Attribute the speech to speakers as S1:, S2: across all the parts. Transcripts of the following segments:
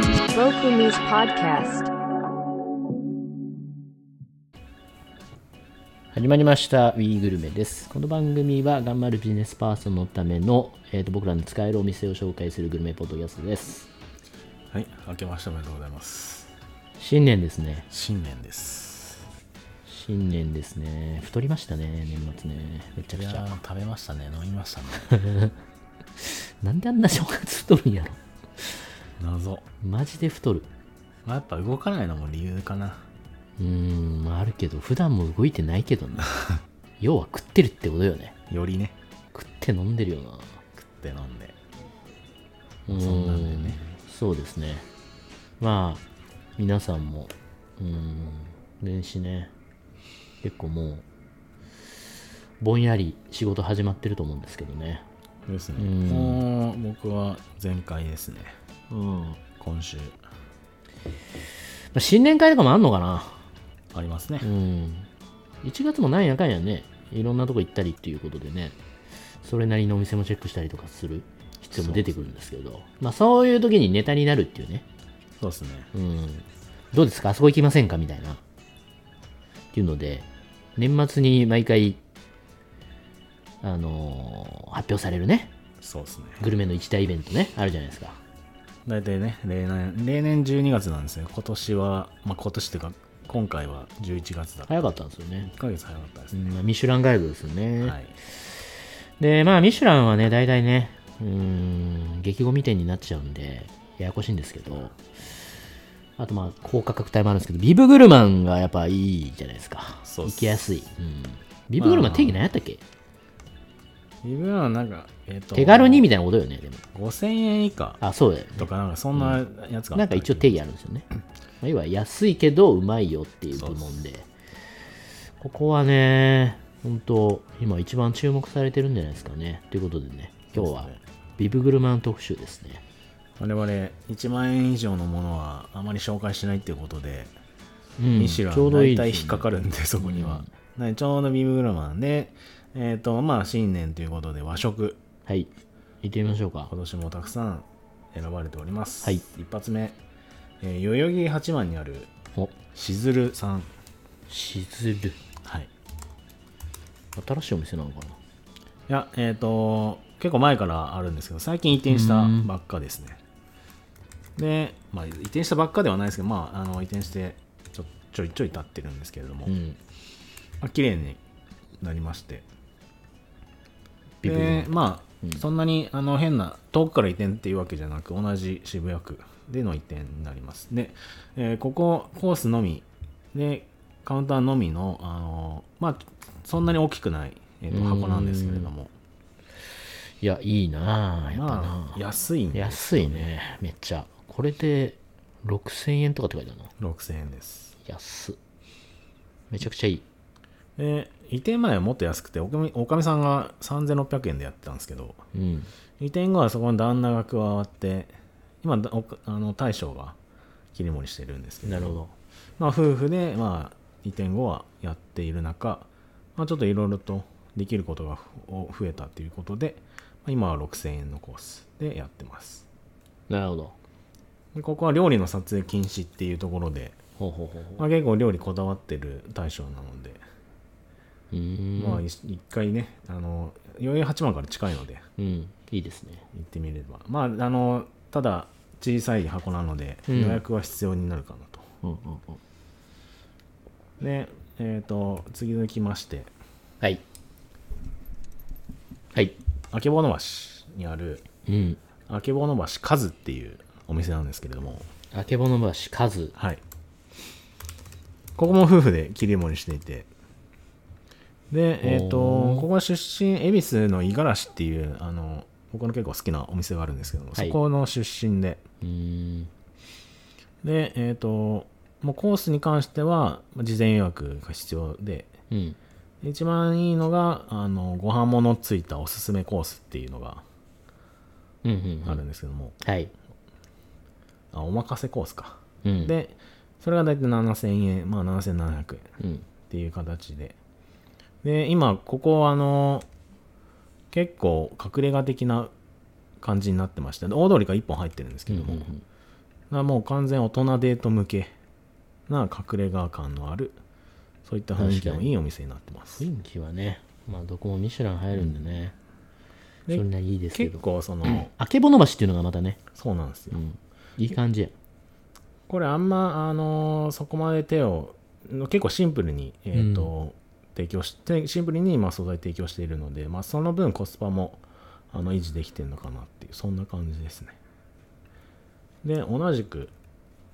S1: Tokumi's Podcast.
S2: 始まりました We グルメです。この番組は頑張るビジネスパーソンのための、えー、と僕らの使えるお店を紹介するグルメポッドキャストです。
S3: はい、明けましておめでとうございます。
S2: 新年ですね。
S3: 新年です。
S2: 新年ですね。太りましたね、年末ね。めちゃ
S3: い
S2: く
S3: や
S2: ちゃ。
S3: ー、食べましたね、飲みましたね。
S2: なんであんな正月太るんやろ。
S3: 謎。
S2: マジで太る。
S3: まあ、やっぱ動かないのも理由かな。
S2: うーん、まああるけど、普段も動いてないけど な。要は食ってるってことよね。
S3: よりね、
S2: 食って飲んでるよな。
S3: 食って飲んで。
S2: うーん
S3: そんなんだよね
S2: そうですねまあ皆さんもうーん年始ね結構もうぼんやり仕事始まってると思うんですけどね
S3: です
S2: う
S3: ね。
S2: ん
S3: もう僕は前回ですね。
S2: うん、ま
S3: 今週
S2: あ新年会とかもあんのかな
S3: ありますね
S2: う。ん1月もなんやかんやねいろんなとこ行ったりっていうことでねそれなりのお店もチェックしたりとかする必要も出てくるんですけどまあそういう時にネタになるっていうね
S3: そうですね。
S2: うん、どうですかあそこ行きませんかみたいな。っていうので、年末に毎回、あのー発表されるね、
S3: そうですね。
S2: グルメの一大イベントね、あるじゃないですか。
S3: 大体ね、例年、例年12月なんですよ。今年は、まあ今年っていうか、今回は11月だ。
S2: 早かったんですよね
S3: 1。ヶ月早かったです
S2: う
S3: ね。
S2: んまあミシュランガイドですよね。
S3: はい。
S2: で、まあ、ミシュランはね、大体ね、うーん、激ゴミ店になっちゃうんで、ややこしいんですけど、あとまあ、高価格帯もあるんですけど、ビブグルマンがやっぱいいじゃないですか。
S3: そうっ
S2: 行
S3: す
S2: きやすい。うん。ビブグルマン定義何やったっけ、
S3: 自分はなんか、えっと、
S2: 手軽にみたいなことよね、でも。
S3: 5000円以下
S2: あ、そうだよね。
S3: とか、なんかそんなやつがあった
S2: なんか一応定義あるんですよね。まあ、要は安いけどうまいよっていう部門で。ここはね、本当今一番注目されてるんじゃないですかね。ということでね、今日は
S3: そうですね
S2: ビブグルマン特集ですね。
S3: 我々1万円以上のものはあまり紹介しないっていうことで、
S2: うん
S3: ミシュラン
S2: ちょうどい
S3: 大
S2: い
S3: 体
S2: です
S3: 引っ
S2: ね
S3: かかるんで、そこには、ねちょうどビブグルマンでえっ、とまあ新年ということで和食
S2: はい。行ってみましょうか
S3: 今。年もたくさん選ばれております、
S2: はい
S3: 一発目、えー代々木八幡にある
S2: お、
S3: しずるさん
S2: しずる。
S3: はい
S2: 新しいお店なのかな。
S3: いやえっ、と結構前からあるんですけど最近移転したばっかですねで、まあ、移転したばっかではないですけど、まあ、あの移転してちょちょいちょい経ってるんですけれども、
S2: うん。
S3: まあ綺麗になりまして
S2: ビブグルマン
S3: でまあ、そんなにあの変な遠くから移転っていうわけじゃなく同じ渋谷区での移転になりますで、えーここコースのみでカウンターのみの、あのまあそんなに大きくない、えーと箱なんですけれども
S2: いや、いいなあやっぱな、
S3: まあ安いんで
S2: 安いね、めっちゃ。これで6000円とかって書いてあるな。
S3: 6000円です
S2: 安っ。めちゃくちゃいい。
S3: で移転前はもっと安くておかみおかみさんが3600円でやってたんですけど
S2: うん。
S3: 移転後はそこに旦那が加わって今だおあの大将が切り盛りしてるんですけど
S2: なるほど。
S3: まあ、夫婦で、まあ、移転後はやっている中、まあ、ちょっといろいろとできることがふを増えたということで、まあ今は6000円のコースでやってます
S2: なるほど。
S3: でここは料理の撮影禁止っていうところで、
S2: ほうほうほうほ
S3: まあ、結構料理こだわってる大将なので、
S2: う。うーん。
S3: まあい一回ねあの代々木八幡から近いので
S2: うん。いいですね。
S3: 行ってみればまああのただ小さい箱なので
S2: う
S3: 予
S2: ん
S3: 約は必要になるかなと、
S2: うんうんうん。
S3: でえっ、と次のきまして
S2: はい。はい。
S3: あけぼの橋にある
S2: うん。
S3: あけぼの橋カズっていうお店なんですけれども
S2: あけぼの橋、数。
S3: はいここも夫婦で切り盛りしていてでえっ、と
S2: おー
S3: ここは出身恵比寿の五十嵐っていうあの僕の結構好きなお店があるんですけども、
S2: はい
S3: そこの出身で
S2: うーん。
S3: でえっ、ともうコースに関してはまあ事前予約が必要で
S2: うん。
S3: 一番いいのがあのご飯ものついたおすすめコースっていうのが
S2: うんうん、う
S3: あ
S2: ん。
S3: るんですけども、
S2: はい。
S3: あお任せコースか
S2: うん。、
S3: でそれが大体7000円まあ7700円っ
S2: うん。
S3: ていう形でで今ここあの結構隠れ家的な感じになってました大通りが1本入ってるんですけども、らもう完全大人デート向けな隠れ家感のある、そういった雰囲気のいいお店になってます。
S2: 雰囲気はね、まあ、どこもミシュラン入るんでね、
S3: で
S2: そんなにいいですけ
S3: 結
S2: ど。
S3: 構その、
S2: あけぼの橋っていうのがまたね、
S3: そうなんですよ。
S2: うん、いい感じや。
S3: これあんま、あのーそこまで手を結構シンプルに、えーと提供してシンプルにまあ素材提供しているので、まあ、その分コスパもあの維持できてるのかなっていうそんな感じですねで同じく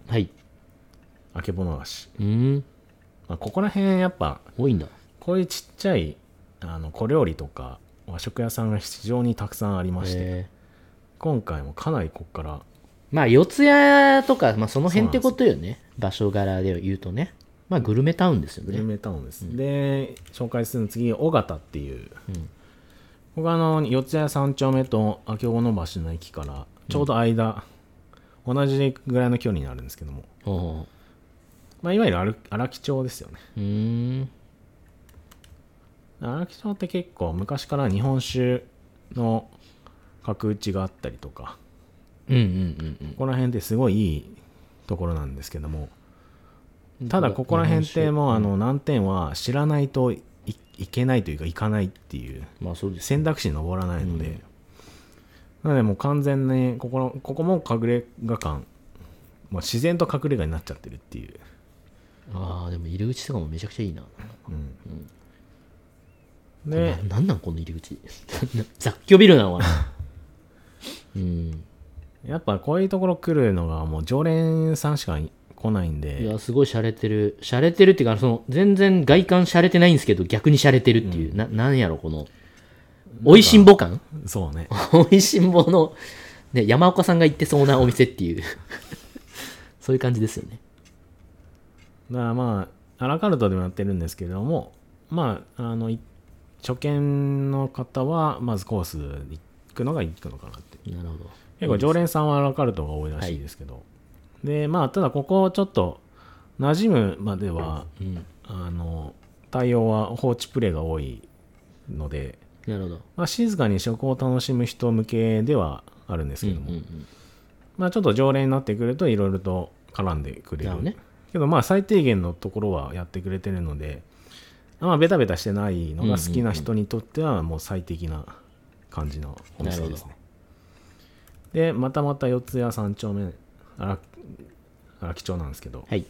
S2: はい。
S3: あけぼの菓子、
S2: うん、
S3: まあ、ここら辺やっぱ
S2: 多いんだ。
S3: こういうちっちゃいあの小料理とか和食屋さんが非常にたくさんありまして、
S2: え
S3: 今回もかなりここから
S2: ーまあ、四谷とか、まあ、その辺ってことよね。場所柄で言うとね。まあ、グルメタウンですよ
S3: 有
S2: ね。
S3: 名タウンです、で紹介するの次尾形っていう、
S2: うん
S3: ここはあの四谷三丁目と秋穂の橋の駅からちょうど間、同じぐらいの距離になるんですけども、
S2: ほうほ
S3: まあ、いわゆる荒荒木町ですよね
S2: ううーん。
S3: 荒木町って結構昔から日本酒の角打ちがあったりとか
S2: うんうんうんうん。
S3: ここら辺ってすごいいいところなんですけどもただここら辺ってもうあの難点は知らないといいけないというか行かないっていう
S2: まあそうです。
S3: 選択肢に上らないので、なのでもう完全にここのここも隠れ家感、まあ、自然と隠れ家になっちゃってるっていう、
S2: ああ、でも入り口とかもめちゃくちゃいいな。
S3: うん
S2: な
S3: で
S2: なんなんこの入り口。 雑居ビルなのか なうん。
S3: やっぱこういうところ来るのがもう常連さんしかい来ないん
S2: い
S3: で
S2: や、すごい洒落てる。洒落てるっていうか、その、全然外観洒落てないんですけど、逆に洒落てるっていう。な、なんやろ、この、おいしんぼ感
S3: そうね
S2: おいしんぼの、ね、山岡さんが行ってそうなお店っていう。そういう感じですよね。
S3: だからまあアラカルトでもやってるんですけどもまああのい初見の方はまずコース行くのが行くのかなって
S2: なるほど。
S3: 結構常連さんはアラカルトが多いらしいですけど、でまあただここちょっと馴染むまでは
S2: うん。
S3: あの対応は放置プレイが多いので、
S2: なるほど。
S3: まあ、静かに食を楽しむ人向けではあるんです
S2: うん
S3: け
S2: うん
S3: ども、
S2: うん。
S3: まあ、ちょっと常連になってくるといろいろと絡んでくれ
S2: なる
S3: る
S2: ほどね
S3: けどまあ最低限のところはやってくれてるのであんまベタベタしてないのが好きな人にとってはもう最適な感じのお店です
S2: なる
S3: ね。でまたまた四谷三丁目荒荒木町なんですけど
S2: はい。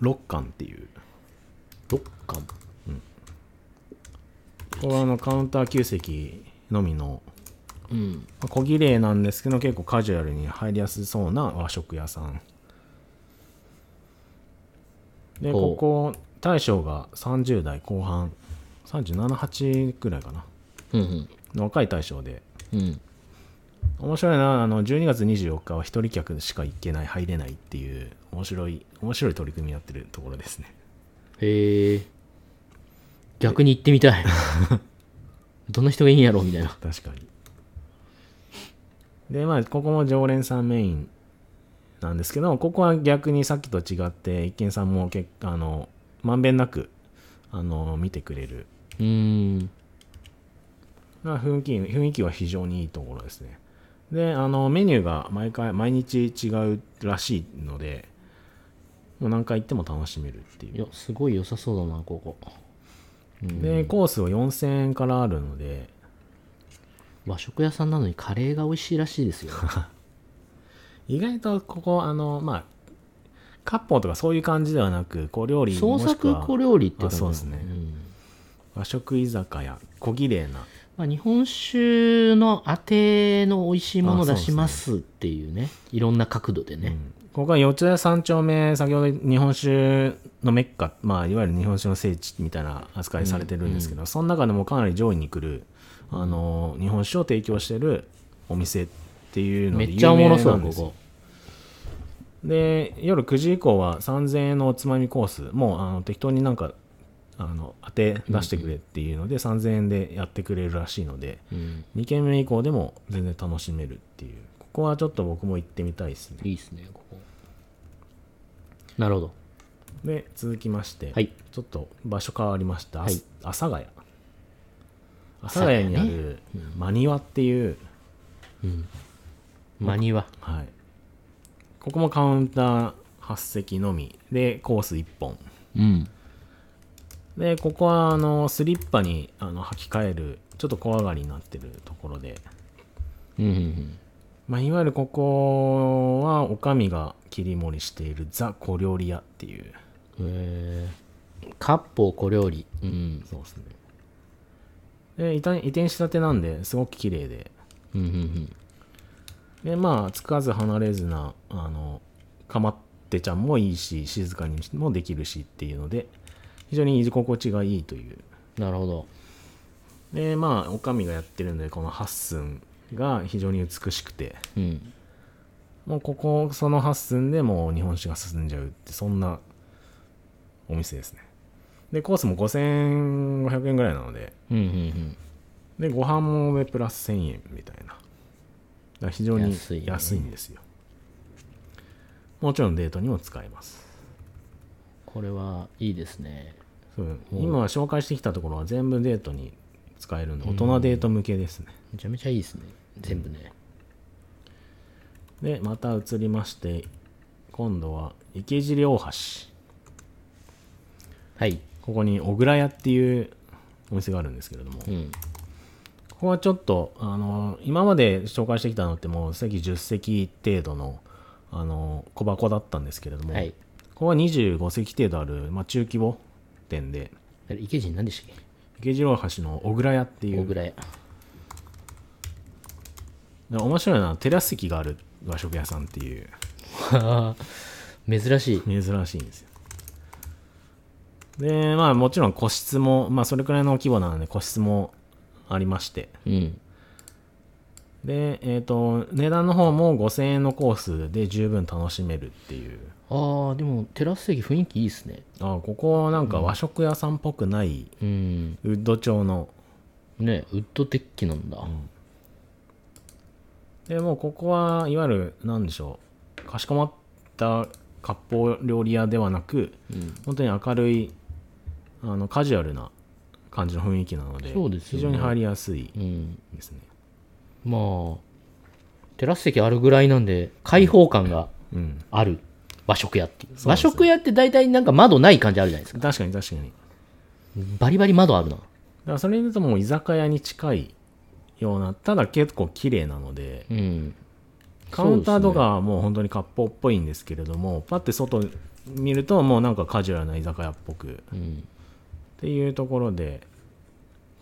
S3: 六館っていう
S2: どっかも。
S3: これはあのカウンター9席のみの
S2: うん。
S3: まあ小綺麗なんですけど結構カジュアルに入りやすそうな和食屋さんで
S2: ほう
S3: ここ大将が30代後半378くらいかな
S2: うん
S3: の若い大将で
S2: うん。うん。
S3: 面白いなあの12月24日は一人客しか行けない入れないっていう面白い面白い取り組みやってるところですね
S2: へえ。逆に行ってみ たい。どんな人がいいんやろうみたいな。
S3: 確かにでまあここも常連さんメインなんですけどここは逆にさっきと違って一見さんも結あのまんべんなくあの見てくれる
S2: うーん。
S3: まあ雰囲気雰囲気は非常にいいところですねであのメニューが毎回毎日違うらしいのでもう何回行っても楽しめるって
S2: い
S3: い
S2: や
S3: う、
S2: すごい良さそうだな、ここ。
S3: でコースは4000円からあるので
S2: 和食屋さんなのにカレーが美味しいらしいです よ。
S3: 意外とここあのまあ割烹とかそういう感じではなく小料理
S2: 創
S3: もしく
S2: 作
S3: は
S2: 小料理って感じ
S3: あそうですね
S2: ん
S3: 和食居酒屋小綺麗な
S2: まあ、日本酒のあての美味しいもの
S3: あ
S2: を出
S3: そうです
S2: し
S3: ね
S2: ますっていうねいろんな角度でね、
S3: ここは四谷三丁目先ほど日本酒のメッカまあいわゆる日本酒の聖地みたいな扱いされてるんですけど、その中でもかなり上位に来るあの日本酒を提供してるお店っていうの
S2: め
S3: で
S2: っちゃおもろそ
S3: 有
S2: う
S3: 名な
S2: こ
S3: んですよ
S2: こ
S3: で夜9時以降は3000円のおつまみコースもうあの適当になんかあの当て出してくれっていうので、3000円でやってくれるらしいので
S2: うん
S3: 2軒目以降でも全然楽しめるっていうここはちょっと僕も行ってみたいですね
S2: いいですねここなるほど
S3: で続きまして、
S2: はい
S3: ちょっと場所変わりました、
S2: はい
S3: あす阿佐ヶ谷阿佐ヶ谷にある真庭っていう、
S2: 間には
S3: はい、ここもカウンター8席のみでコース1本
S2: うん。
S3: でここはあのスリッパにあの履き替えるちょっと小上がりになってるところで、
S2: うんうんうん。
S3: まあ、いわゆるここはおかみが切り盛りしているザ小料理屋っていう
S2: えー、割烹小料理。うん。
S3: そうですねで移転移転したてなんですごく綺麗で
S2: うんうんうん。
S3: でまあつかず離れずなあのかまってちゃんもいいし静かにもできるしっていうので非常に居心地がいいという
S2: なるほど。
S3: でまあおかみがやってるんでこの八寸が非常に美しくて
S2: うん。
S3: もうここその8寸でもう日本酒が進んじゃうってそんなお店ですねでコースも5500円ぐらいなので
S2: うんうん
S3: でご飯もプラス1000円みたいなだから非常に
S2: 安いね
S3: 安いんですよ、もちろんデートにも使えます
S2: これはいいですね。
S3: そう今紹介してきたところは全部デートに使えるんで大人デート向けですね、
S2: めちゃめちゃいいですね。全部ね。
S3: でまた移りまして今度は池尻大橋
S2: はい。
S3: ここに小倉屋っていうお店があるんですけれども、
S2: うん。
S3: ここはちょっと、あの、今まで紹介してきたのってもう席10席程度の、あの、小箱だったんですけれども、
S2: はい
S3: ここは25席程度ある、まあ、中規模店で、
S2: あれ池尻何でしたっ
S3: 池次郎橋の小倉屋っ
S2: け
S3: てい
S2: 大
S3: う、
S2: 倉屋。
S3: で面白いのはテラス席がある和食屋さんっていう、
S2: はあ 珍しい。
S3: 珍しいんですよ。で、まあもちろん個室も、まあそれくらいの規模なので個室もありまして、
S2: うん。
S3: で、えっ、と、値段の方も5000円のコースで十分楽しめるっていう、
S2: ああ、でもテラス席雰囲気いいですね。
S3: あここなんか和食屋さんっぽくない
S2: うん。
S3: ウッド調の、
S2: ねウッドデッキなんだ。
S3: でもうここはいわゆる何でしょうかしこまった割烹料理屋ではなく、本当に明るいあのカジュアルな感じの雰囲気なので
S2: そうですよね
S3: 非常に入りやすい
S2: うん。
S3: ですね、
S2: まあ、テラス席あるぐらいなんで、開放感が
S3: うん、
S2: ある和食屋っていう。和食屋って大体なんか窓ない感じあるじゃないですか。
S3: 確かに確かにだ
S2: バリバリ窓あるな。
S3: からそれで言うともう居酒屋に近いようなただ結構綺麗なので、
S2: うん。
S3: カウンターとかはもう本当に割烹っぽいんですけれども、パッて外見るともうなんかカジュアルな居酒屋っぽくっ
S2: うん。
S3: ていうところで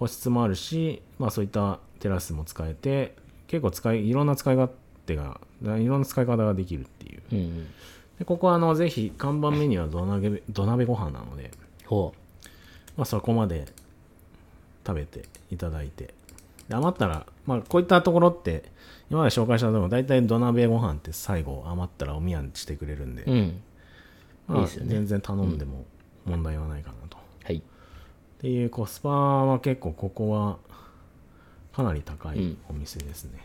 S3: 個室もあるし、まあ、そういったテラスも使えて結構使いいろんな使い勝手がいろんな使い方ができるっていう
S2: うん。
S3: でここはあのぜひ看板メニューは土鍋土鍋ご飯なので、
S2: ほ
S3: まあ、そこまで食べていただいてで余ったら、まあ、こういったところって今まで紹介したところ大体土鍋ご飯って最後余ったらおみやんしてくれるんで、
S2: う。うん。
S3: まあ
S2: いいっすよね
S3: 全然頼んでも問題はないかなと、っ
S2: はい。
S3: ていうコスパは結構ここはかなり高
S2: う
S3: い
S2: ん
S3: お店ですね、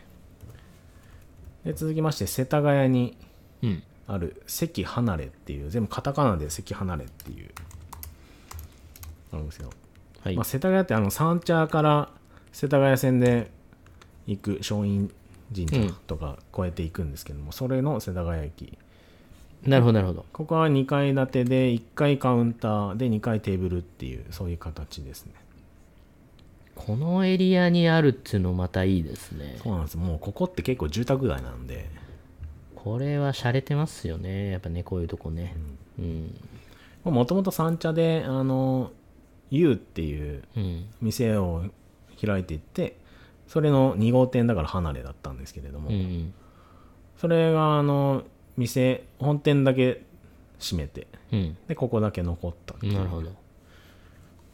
S3: で続きまして世田谷に
S2: うん。
S3: ある関離れっていう全部カタカナで関離れっていうあるんですよ
S2: はい
S3: まあ、。世田谷ってあの三茶から世田谷線で行く松陰神社とか越えていくんですけども、それの世田谷駅
S2: なるほど、なるほど。
S3: ここは2階建てで1階カウンターで2階テーブルっていうそういう形ですね
S2: このエリアにあるっていうのまたいいですね。
S3: そうなんですもうここって結構住宅街なんで
S2: これは洒落てますよね。やっぱね、こういうとこね。うん。
S3: もともと三茶であの U っていう
S2: うん。
S3: 店を開いていってそれの2号店だから離れだったんですけれども、
S2: うん。
S3: それがあの店本店だけ閉めて
S2: うん。
S3: でここだけ残ったっていう
S2: なるほど。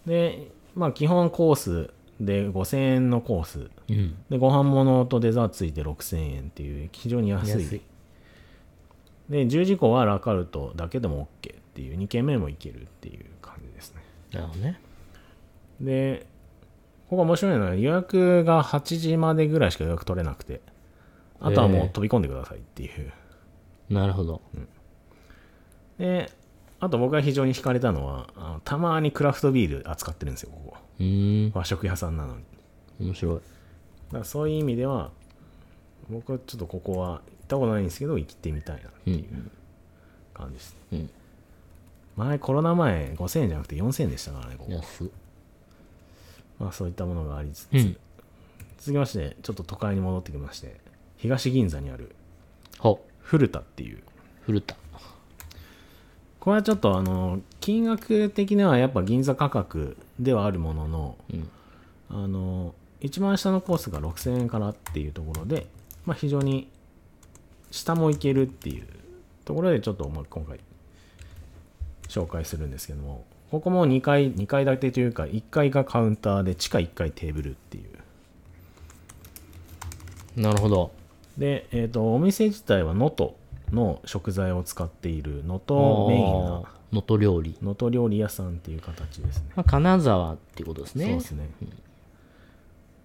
S3: でまあ基本コースで5000円のコース
S2: うん。
S3: でご飯物とデザートついて6000円っていう非常に安い
S2: 安い。
S3: で10時以降はラカルトだけでも OK っていう2軒目も行けるっていう感じですね
S2: なるほどね。
S3: でここ面白いのは予約が8時までぐらいしか予約取れなくてあとはもう飛び込んでくださいっていう、
S2: なるほど。
S3: であと僕が非常に惹かれたのはあのたまにクラフトビール扱ってるんですよここ
S2: うーん。
S3: 和食屋さんなのに
S2: 面白い。
S3: だからそういう意味では僕はちょっとここはったことないんですけど行ってみたいなっていう感じです、
S2: うん
S3: 前コロナ前5000円じゃなくて4000円でしたからねここ
S2: 安っ
S3: まあそういったものがありつつ、
S2: うん
S3: 続きましてちょっと都会に戻ってきまして東銀座にある
S2: ほ
S3: 古田っていう
S2: う古田
S3: これはちょっとあの金額的にはやっぱ銀座価格ではあるものの
S2: うん
S3: あの一番下のコースが6000円からっていうところで、まあ、非常に下も行けるっていうところでちょっともう今回紹介するんですけどもここも2階2階建てというか1階がカウンターで地下1階テーブルっていう
S2: なるほど
S3: で、えー、とお店自体は能登の食材を使っている能登メイン
S2: 能
S3: な
S2: 登料理、
S3: 能登料理屋さんっていう形ですね
S2: まあ、金沢っていうことですね
S3: そうですね。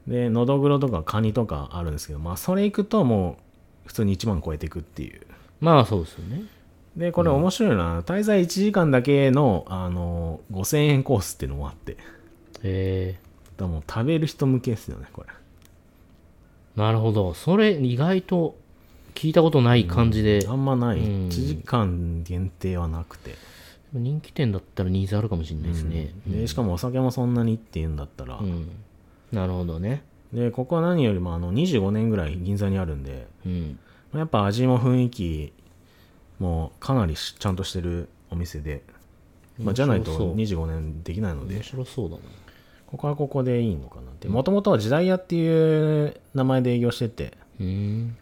S3: で、のどぐろとかカニとかあるんですけど、まあ、それ行くともう、普通に1万超えていくっていう。
S2: まあそうですよね
S3: で、これ面白いな、滞在1時間だけの、あの、5000円コースっていうのもあって、だか
S2: へえ
S3: らもう食べる人向けですよね、これ。
S2: なるほどそれ意外と聞いたことない感じで、
S3: あんまない。
S2: うん
S3: 1時間限定はなくて。
S2: 人気店だったらニーズあるかもしれないですね、うん
S3: で、しかもお酒もそんなにっていうんだったら、
S2: うんなるほどね
S3: で、ここは何よりも、あの、25年ぐらい銀座にあるんで、
S2: うん
S3: まあやっぱ味も雰囲気もかなりしちゃんとしてるお店で、まあ、じゃない
S2: 面
S3: と
S2: 白そう
S3: 25年できないので
S2: 面白そうだな
S3: ここはここでいいのかなってもともとは時代屋っていう名前で営業してて
S2: うん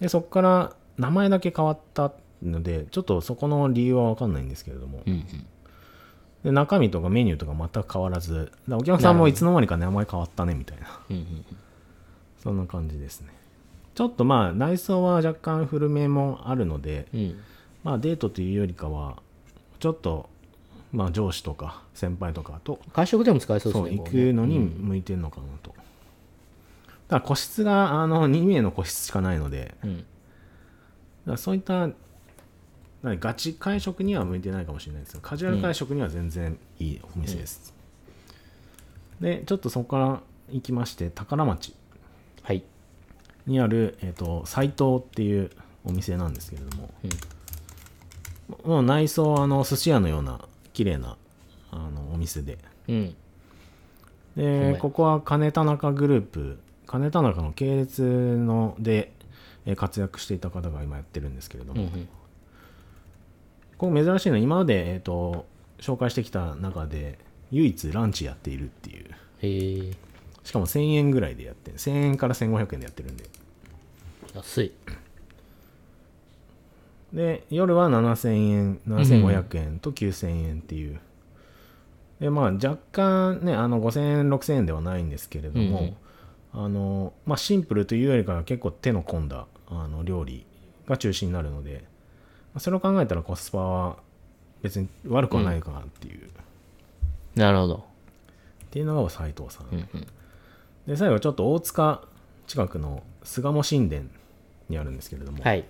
S3: でそこから名前だけ変わったのでちょっとそこの理由は分かんないんですけれども、
S2: うんうん
S3: で中身とかメニューとか全く変わらずだからお客さんもいつの間にか名前変わったねみたいな
S2: うんうん
S3: そんな感じですねちょっとまあ内装は若干古めもあるので、
S2: うん
S3: まあデートというよりかはちょっとまあ上司とか先輩とかと
S2: 会食でも使えそうです
S3: そ
S2: ね
S3: う行
S2: こ
S3: く
S2: こね
S3: のに向いてるのかなと、だから個室があの2名の個室しかないのでだか
S2: うん
S3: らそういったなんかガチ会食には向いてないかもしれないですけどカジュアル会食には全然いいお店です、でちょっとそこから行きまして宝町
S2: はい
S3: にある、えっと斎藤っていうお店なんですけれども、もう内装はあの寿司屋のような綺麗なあのお店で
S2: うんごめん
S3: でここは金田中グループ金田中の系列のでえー活躍していた方が今やってるんですけれど
S2: うんう
S3: も、
S2: ん
S3: ここ珍しいのは今まで、えー、と紹介してきた中で唯一ランチやっているっていう
S2: へえ
S3: しかも1000円ぐらいでやってる1000円から1500円でやってるんで
S2: 安い
S3: で夜は7000円7500円と9000円っていう、でまあ若干ねあの5000円6000円ではないんですけれども、あのまあシンプルというよりかは結構手の込んだあの料理が中心になるのでまあそれを考えたらコスパは別に悪くはないかなっていう、っ
S2: なるほど
S3: ていうのが斉藤さん、
S2: うんうん
S3: で最後ちょっと大塚近くの巣鴨神殿にあるんですけれども、
S2: はい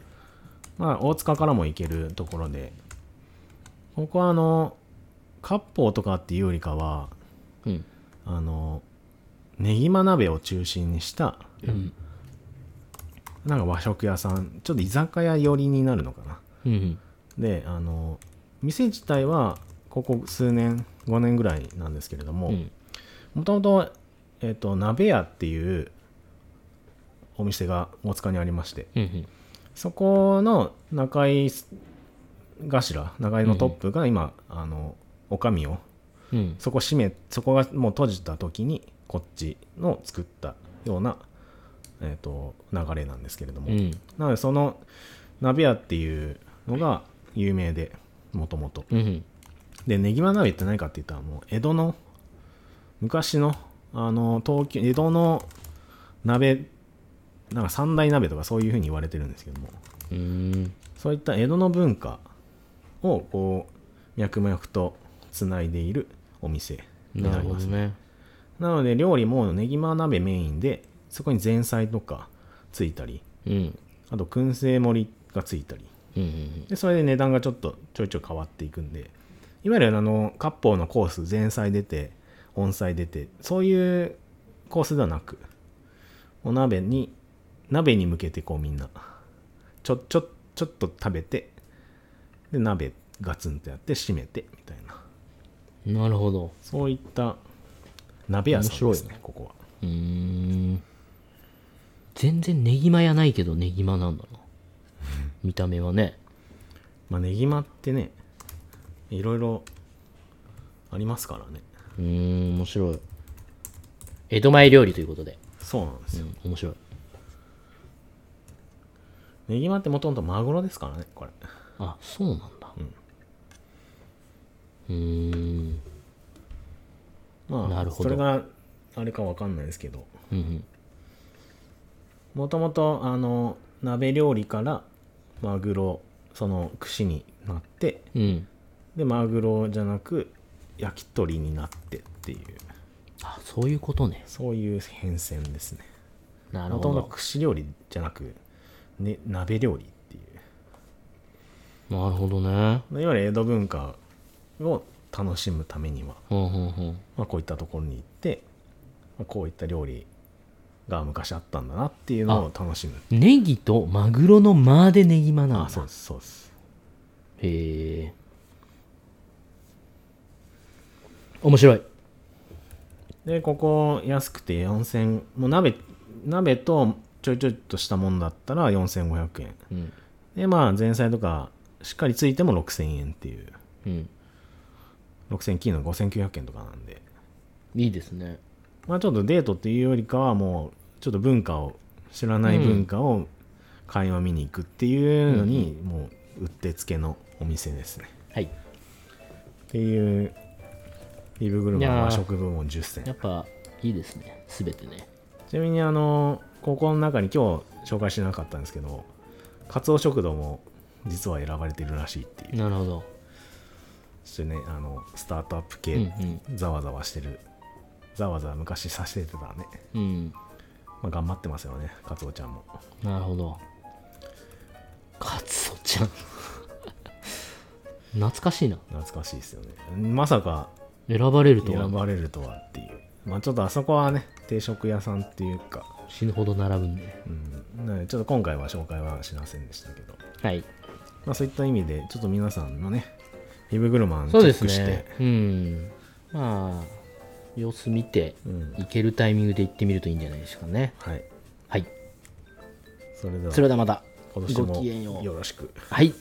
S3: まあ、大塚からも行けるところで、ここはあの、割烹とかっていうよりかは、
S2: うん
S3: あの、ネギま鍋を中心にした、
S2: うん
S3: なんか和食屋さん、ちょっと居酒屋寄りになるのかな。
S2: うんうん
S3: で、あの、店自体は、ここ数年、5年ぐらいなんですけれども、
S2: うん
S3: もともと、えっ、と、鍋屋っていうお店が大塚にありまして、
S2: うんうん
S3: そこの中井頭中井のトップが今、あのおかみを
S2: うん
S3: そこ閉めそこがもう閉じた時にこっちの作ったような、えー、と流れなんですけれども、
S2: うん
S3: なのでその鍋屋っていうのが有名でもともと
S2: うん
S3: でねぎま鍋って何かって言ったらもう江戸の昔のあの東京江戸の鍋なんか三大鍋とかそういうふうに言われてるんですけども
S2: うん
S3: そういった江戸の文化をこう脈々とつないでいるお店に
S2: な
S3: な
S2: る
S3: り
S2: ほ
S3: ま
S2: ど
S3: す
S2: ね
S3: なので料理もねぎま鍋メインでそこに前菜とかついたり
S2: うん
S3: あと燻製盛りがついたり
S2: うんうん
S3: でそれで値段がちょっとちょいちょい変わっていくんでいわゆるあの割烹のコース前菜出て温菜出てそういうコースではなくお鍋に鍋に向けてこうみんなちょ、ちょ、ちょっと食べて、で、鍋ガツンとやって、締めて、みたいな。
S2: なるほど。
S3: そういった鍋屋さんです
S2: 面白い
S3: ね、ここは。
S2: うーん。全然ネギマやないけどネギマなんだな。見た目はね。
S3: まあ、ねぎまってね、いろいろありますからね。
S2: うーん、面白い。江戸前料理ということで。
S3: そうなんです
S2: う
S3: よ。
S2: ん、面白い。
S3: ねぎまってもともとマグロですからね、これ。
S2: あ、そうなんだ。うん。ん。
S3: まあ、
S2: なるほど
S3: それがあれかわかんないですけど、
S2: うんうん。
S3: もともと、あの、鍋料理からマグロ、その串になって、
S2: うん。
S3: で、マグロじゃなく、焼き鳥になってっていう、
S2: あ、そういうことね。
S3: そういう変遷ですね。
S2: なる
S3: も
S2: ほ
S3: ともと
S2: ど。
S3: 串料理じゃなく、ね、鍋料理っていう。
S2: なるほどね。
S3: まあいわゆる江戸文化を楽しむためには、
S2: うんうんうん。
S3: まあ、こういったところに行って、まあこういった料理が昔あったんだなっていうのを楽しむ
S2: ネギとマグロの間でネギマなんだ。
S3: あそうですそうです
S2: へえ。面白い。
S3: でここ安くて4000もう鍋鍋とちょいちょいとしたもんだったら4500円
S2: うん。
S3: でまあ前菜とかしっかりついても6000円っていう
S2: うん。
S3: 6000金の5900円とかなんで
S2: いいですね。
S3: まあちょっとデートっていうよりかはもうちょっと文化を知らない文化を会話見に行くっていうのにもううってつけのお店ですね、
S2: はい。
S3: っていうビブグルマ
S2: いやー
S3: ン和食部門10選
S2: やっぱ、いいですね。すべてね。
S3: ちなみにあのここの中に今日紹介しなかったんですけどカツオ食堂も実は選ばれてるらしいっていう
S2: なるほど。
S3: そしてねあのスタートアップ
S2: うん
S3: 系ざわざわしてるざわざわ昔させてたね、
S2: うん。うん。
S3: まあ、頑張ってますよねカツオちゃんも
S2: なるほど。カツオちゃん。 懐かしいな。
S3: 懐かしいですよねまさか
S2: 選ばれると
S3: 選
S2: は
S3: ばれるとはっていうまあちょっとあそこはね定食屋さんっていうか、
S2: 死ぬほど並ぶんで。
S3: うん、なのでちょっと今回は紹介はしませんでしたけど
S2: はい。
S3: まあ、そういった意味で、ちょっと皆さんのね、ビブグルマンチ
S2: そ
S3: ェ
S2: うで
S3: ッ
S2: す
S3: クして、
S2: ね。うん。まあ、様子見て、
S3: うん
S2: 行けるタイミングで行ってみるといいんじゃないですかね。
S3: はい。
S2: はい。
S3: それでは、
S2: それではまた、
S3: 今年
S2: ごきげんよ
S3: も
S2: う
S3: よろしく。
S2: はい。